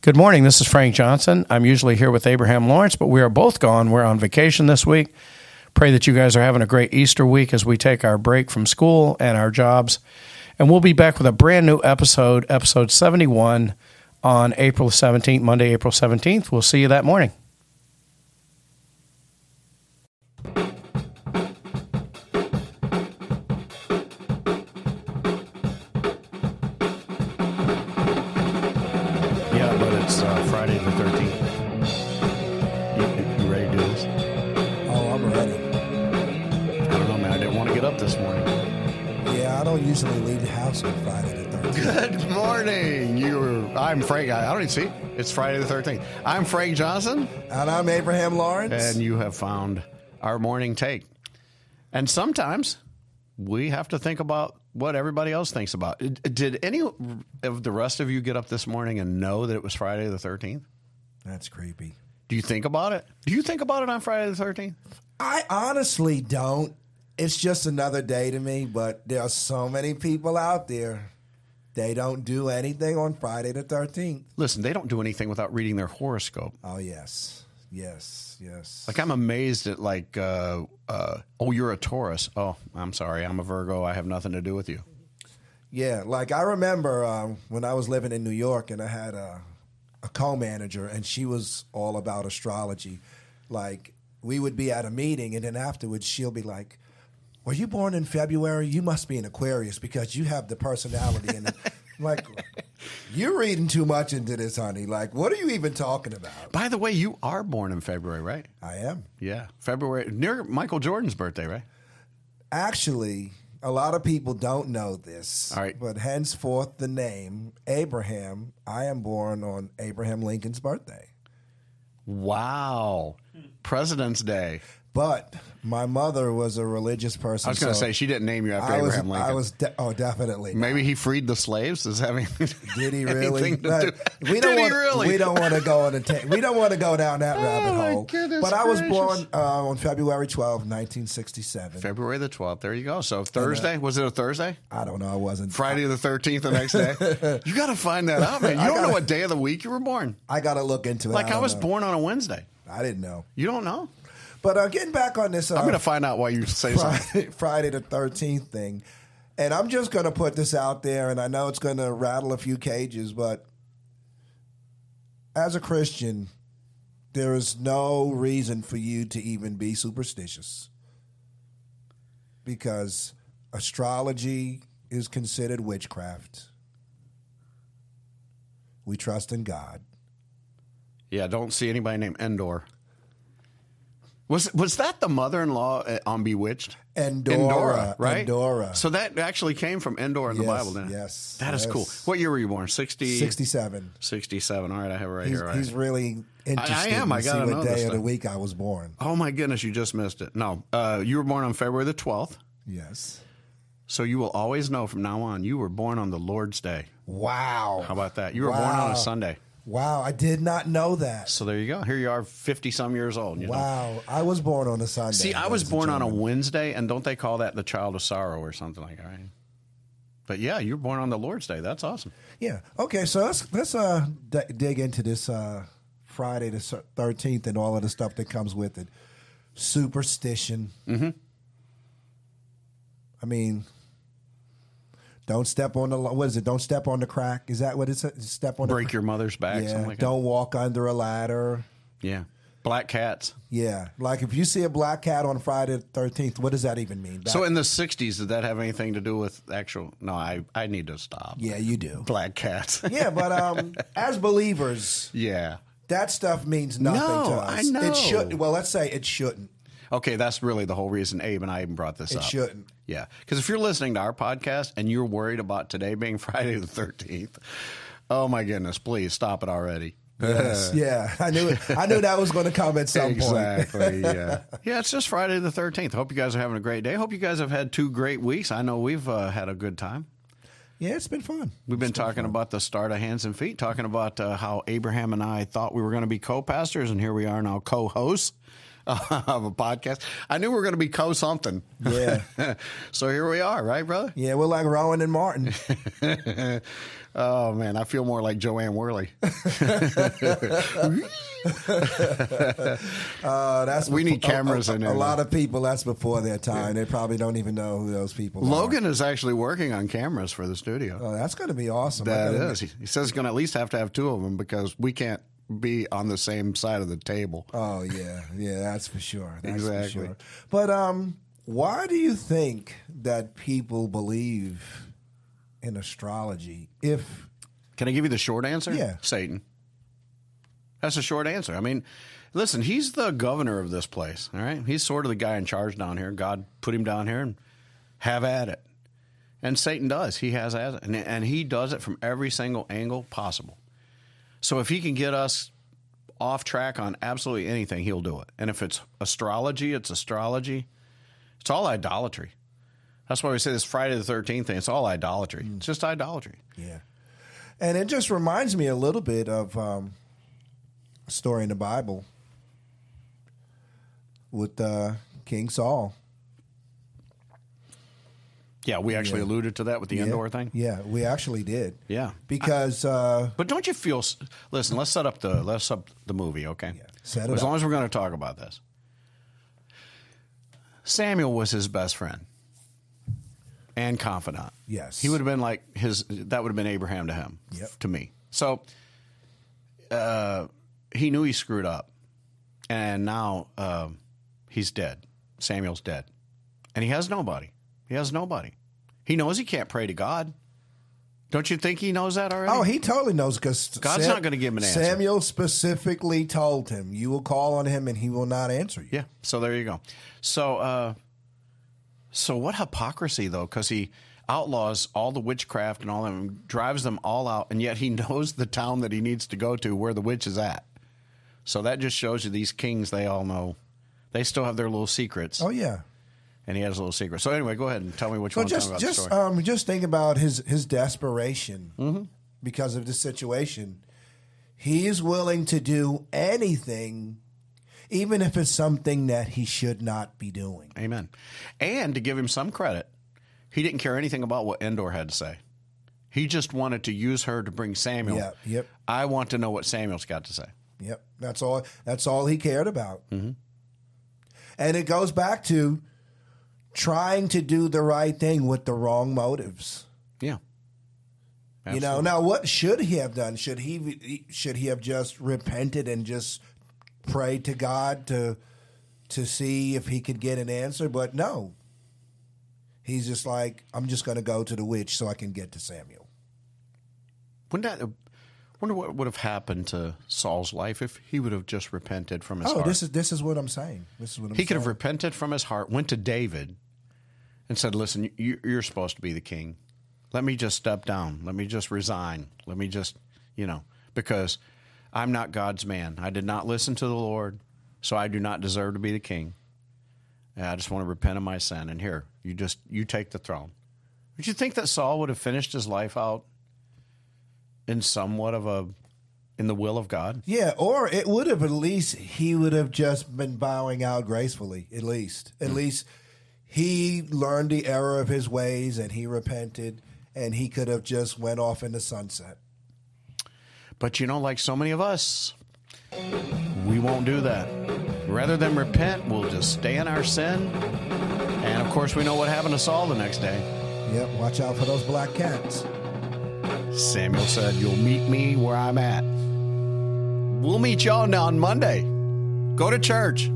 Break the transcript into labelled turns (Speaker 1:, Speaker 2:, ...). Speaker 1: Good morning. This is Frank Johnson. I'm usually here with Abraham Lawrence, but we are both gone. We're on vacation this week. Pray that you guys are having a great Easter week as we take our break from school and our jobs. And we'll be back with a brand new episode, episode 71, on April 17th, Monday, April 17th. We'll see you that morning.
Speaker 2: Yeah, but it's uh, Friday the 13th. You, you ready to do this?
Speaker 3: Oh, I'm ready.
Speaker 2: I don't know, man. I didn't want to get up this morning.
Speaker 3: Yeah, I don't usually leave the house on Friday the 13th.
Speaker 2: Good morning. You're. I'm Frank. I, I don't even see. It's Friday the 13th. I'm Frank Johnson,
Speaker 3: And I'm Abraham Lawrence.
Speaker 2: and you have found our morning take. And sometimes we have to think about what everybody else thinks about. D- Did any of the rest of you get up this morning and know that it was Friday the 13th?
Speaker 3: That's creepy.
Speaker 2: Do you think about it? Do you think about it on Friday the 13th?
Speaker 3: I honestly don't. It's just another day to me, but there are so many people out there. They don't do anything on Friday the 13th.
Speaker 2: Listen, they don't do anything without reading their horoscope.
Speaker 3: Oh, yes. Yes. Yes.
Speaker 2: Like I'm amazed at like, uh, uh, oh, you're a Taurus. Oh, I'm sorry, I'm a Virgo. I have nothing to do with you.
Speaker 3: Yeah, like I remember um, when I was living in New York and I had a, a co manager and she was all about astrology. Like we would be at a meeting and then afterwards she'll be like, Were you born in February? You must be an Aquarius because you have the personality. And I'm like, You're reading too much into this, honey. Like, what are you even talking about?
Speaker 2: By the way, you are born in February, right?
Speaker 3: I am.
Speaker 2: Yeah, February near Michael Jordan's birthday, right?
Speaker 3: Actually, a lot of people don't know this.
Speaker 2: All right.
Speaker 3: But henceforth, the name Abraham, I am born on Abraham Lincoln's birthday.
Speaker 2: Wow, President's Day.
Speaker 3: But my mother was a religious person.
Speaker 2: I was going to
Speaker 3: so
Speaker 2: say she didn't name you after
Speaker 3: I was,
Speaker 2: Abraham Lincoln.
Speaker 3: I was de- oh, definitely.
Speaker 2: Maybe he freed the slaves. Is having
Speaker 3: Did he really?
Speaker 2: anything to
Speaker 3: But
Speaker 2: do-
Speaker 3: We don't
Speaker 2: Did he
Speaker 3: want.
Speaker 2: really? Oh
Speaker 3: We don't want to go on a ta- We don't want to go down that rabbit
Speaker 2: my
Speaker 3: hole.
Speaker 2: goodness
Speaker 3: but I was
Speaker 2: gracious.
Speaker 3: born uh, on February 12, 1967.
Speaker 2: February the twelfth. There you go.
Speaker 3: uh,
Speaker 2: So Thursday was it a Thursday?
Speaker 3: I don't know. I wasn't.
Speaker 2: Friday the thirteenth. The next day. you got to find that out, man. You
Speaker 3: I
Speaker 2: don't know
Speaker 3: gotta-
Speaker 2: what day of the week you were born.
Speaker 3: I got to look into it.
Speaker 2: Like I,
Speaker 3: don't
Speaker 2: was
Speaker 3: know.
Speaker 2: born on a Wednesday.
Speaker 3: I didn't know.
Speaker 2: You don't know?
Speaker 3: But uh, getting back on this, uh,
Speaker 2: I'm going to find out why you say something.
Speaker 3: Friday, Friday the 13th thing. And I'm just going to put this out there, and I know it's going to rattle a few cages, but as a Christian, there is no reason for you to even be superstitious because astrology is considered witchcraft. We trust in God.
Speaker 2: Yeah, don't see anybody named Endor. Was was that the mother-in-law uh, on Bewitched?
Speaker 3: Endora,
Speaker 2: Endora, right?
Speaker 3: Endora.
Speaker 2: So that actually came from Endor in the
Speaker 3: Yes,
Speaker 2: Bible, didn't it?
Speaker 3: yes,
Speaker 2: That is
Speaker 3: yes.
Speaker 2: cool. What year were you born? 60,
Speaker 3: 67.
Speaker 2: 67. All right, I have it right
Speaker 3: He's,
Speaker 2: here. Right.
Speaker 3: he's really interested
Speaker 2: am. I
Speaker 3: to see
Speaker 2: gotta know
Speaker 3: what
Speaker 2: this
Speaker 3: day of the
Speaker 2: stuff.
Speaker 3: week I was born.
Speaker 2: oh my goodness, you just missed it. No, uh, you were born on February the 12th.
Speaker 3: Yes.
Speaker 2: So you will always know from now on you were born on the Lord's Day.
Speaker 3: Wow.
Speaker 2: How about that? You were born on
Speaker 3: Wow.
Speaker 2: a Sunday.
Speaker 3: Wow, I did not know that.
Speaker 2: So there you go. Here you are, 50 some years old. You know?
Speaker 3: Wow, I was born on a Sunday.
Speaker 2: See, I
Speaker 3: ladies
Speaker 2: was
Speaker 3: and
Speaker 2: born on a
Speaker 3: gentlemen.
Speaker 2: Wednesday, and don't they call that the child of sorrow or something like that? Right? But yeah, you were born on the Lord's Day. That's awesome.
Speaker 3: Yeah. Okay, so let's let's uh d- dig into this uh Friday the cer- 13th and all of the stuff that comes with it. Superstition. Mhm.
Speaker 2: Mm-hmm.
Speaker 3: I mean, don't step on the lo- what is it? Don't step on the crack. Is that what it's step on
Speaker 2: Break
Speaker 3: the
Speaker 2: your mother's back.
Speaker 3: Yeah,
Speaker 2: something like
Speaker 3: don't walk under a ladder.
Speaker 2: That. Yeah. Black cats.
Speaker 3: Yeah, like if you see a black cat on Friday the thirteenth, what does that even mean? That-
Speaker 2: So in the '60s, did that have anything to do with actual? No, I I need to stop.
Speaker 3: yeah, you do.
Speaker 2: Black cats.
Speaker 3: Yeah, but um, as believers,
Speaker 2: yeah.
Speaker 3: that stuff means nothing
Speaker 2: No,
Speaker 3: to us.
Speaker 2: I know.
Speaker 3: It should. Well, let's say it shouldn't.
Speaker 2: Okay, that's really the whole reason Abe and I even brought this
Speaker 3: It
Speaker 2: up.
Speaker 3: shouldn't.
Speaker 2: Yeah, because if you're listening to our podcast and you're worried about today being Friday the 13th, oh my goodness, please stop it already.
Speaker 3: Yes. yeah, I knew. It, I knew that was going to come at some point.
Speaker 2: Exactly. Yeah. yeah. It's just Friday the thirteenth. Hope you guys are having a great day. Hope you guys have had two great weeks. I know we've uh, had a good time.
Speaker 3: Yeah, it's been fun.
Speaker 2: We've been talking about the start of hands and feet, talking about uh, how Abraham and I thought we were going to be co-pastors, and here we are now co-hosts. of a podcast. I knew we were going to be co something.
Speaker 3: Yeah.
Speaker 2: so here we are, right, brother?
Speaker 3: Yeah, we're like Rowan and Martin.
Speaker 2: Oh man, I feel more like Joanne Worley.
Speaker 3: Uh, that's
Speaker 2: We need
Speaker 3: befo- a-
Speaker 2: cameras
Speaker 3: a,
Speaker 2: in
Speaker 3: a,
Speaker 2: there,
Speaker 3: lot of people. That's before their time. They probably don't even know who those people are.
Speaker 2: Logan is actually working on cameras for the studio.
Speaker 3: Oh, that's going to be awesome. I
Speaker 2: that
Speaker 3: gotta-
Speaker 2: is. He, he says he's going to at least have to have two of them because we can't be on the same side of the table.
Speaker 3: Oh yeah, yeah, that's for sure. That's
Speaker 2: Exactly.
Speaker 3: For sure. But um, why do you think that people believe in astrology? If
Speaker 2: Can I give you the short answer?
Speaker 3: Yeah.
Speaker 2: Satan. That's a short answer. I mean, listen, he's the governor of this place, all right? He's sort of the guy in charge down here. God put him down here and have at it. And Satan does. He has at it. And, and he does it from every single angle possible. So if he can get us off track on absolutely anything, he'll do it. And if it's astrology, it's astrology. It's all idolatry. That's why we say this Friday the 13th thing. It's all idolatry. It's just idolatry.
Speaker 3: yeah, and it just reminds me a little bit of um, a story in the Bible with uh, King Saul.
Speaker 2: Yeah, we actually alluded to that with the indoor thing.
Speaker 3: Yeah, we actually did.
Speaker 2: Yeah.
Speaker 3: because uh,
Speaker 2: But don't you feel? s- Listen, let's set up the let's set up the movie, okay?
Speaker 3: Set it
Speaker 2: as
Speaker 3: up.
Speaker 2: long as we're going to talk about this. Samuel was his best friend and confidant.
Speaker 3: Yes.
Speaker 2: he would have been like his. That would have been Abraham to him.
Speaker 3: Yep.
Speaker 2: To me, so uh, he knew he screwed up, and now um, he's dead. Samuel's dead, and he has nobody. He has nobody. He knows he can't pray to God. Don't you think he knows that already?
Speaker 3: Oh, he totally knows because
Speaker 2: God's not gonna give him an answer.
Speaker 3: Samuel specifically told him, "You will call on him, and he will not answer you."
Speaker 2: Yeah. So there you go. So uh, so what hypocrisy though? Because he outlaws all the witchcraft and all them, drives them all out, and yet he knows the town that he needs to go to where the witch is at. So that just shows you these kings. They all know. They still have their little secrets,
Speaker 3: Oh yeah.
Speaker 2: and he has a little secret. So anyway, go ahead and tell me what you
Speaker 3: Well,
Speaker 2: want to talk
Speaker 3: just
Speaker 2: about. the
Speaker 3: just
Speaker 2: story. Mm-hmm.
Speaker 3: um, just think about his his desperation because of this situation. He is willing to do anything, even if it's something that he should not be doing.
Speaker 2: Amen. And to give him some credit, he didn't care anything about what Endor had to say. He just wanted to use her to bring Samuel.
Speaker 3: Yeah, yep.
Speaker 2: I want to know what Samuel's got to say.
Speaker 3: Yep, that's all. That's all he cared about. Mm-hmm. And it goes back to trying to do the right thing with the wrong motives.
Speaker 2: Yeah.
Speaker 3: You know, now what should he have done? Should he should he have just repented and just prayed to God to to see if he could get an answer? But no. He's just like, I'm just going to go to the witch so I can get to Samuel.
Speaker 2: Wouldn't that, uh, wonder what would have happened to Saul's life if he would have just repented from his
Speaker 3: Oh,
Speaker 2: heart.
Speaker 3: this is this is what I'm saying. This is what I'm
Speaker 2: he could have
Speaker 3: saying.
Speaker 2: repented from his heart, went to David, and said, "Listen, you, you're supposed to be the king. Let me just step down. Let me just resign. Let me just, you know, because I'm not God's man. I did not listen to the Lord, so I do not deserve to be the king. And I just want to repent of my sin. And here, you just you take the throne." Would you think that Saul would have finished his life out in somewhat of a in the will of God?
Speaker 3: Yeah, or it would have at least he would have just been bowing out gracefully. At least, at least he learned the error of his ways and he repented, and he could have just went off in the sunset.
Speaker 2: But you know, like so many of us, we won't do that. Rather than repent, we'll just stay in our sin. And of course, we know what happened to Saul the next day.
Speaker 3: Yep, watch out for those black cats.
Speaker 2: Samuel said, You'll meet me where I'm at. We'll meet y'all now on Monday. Go to church.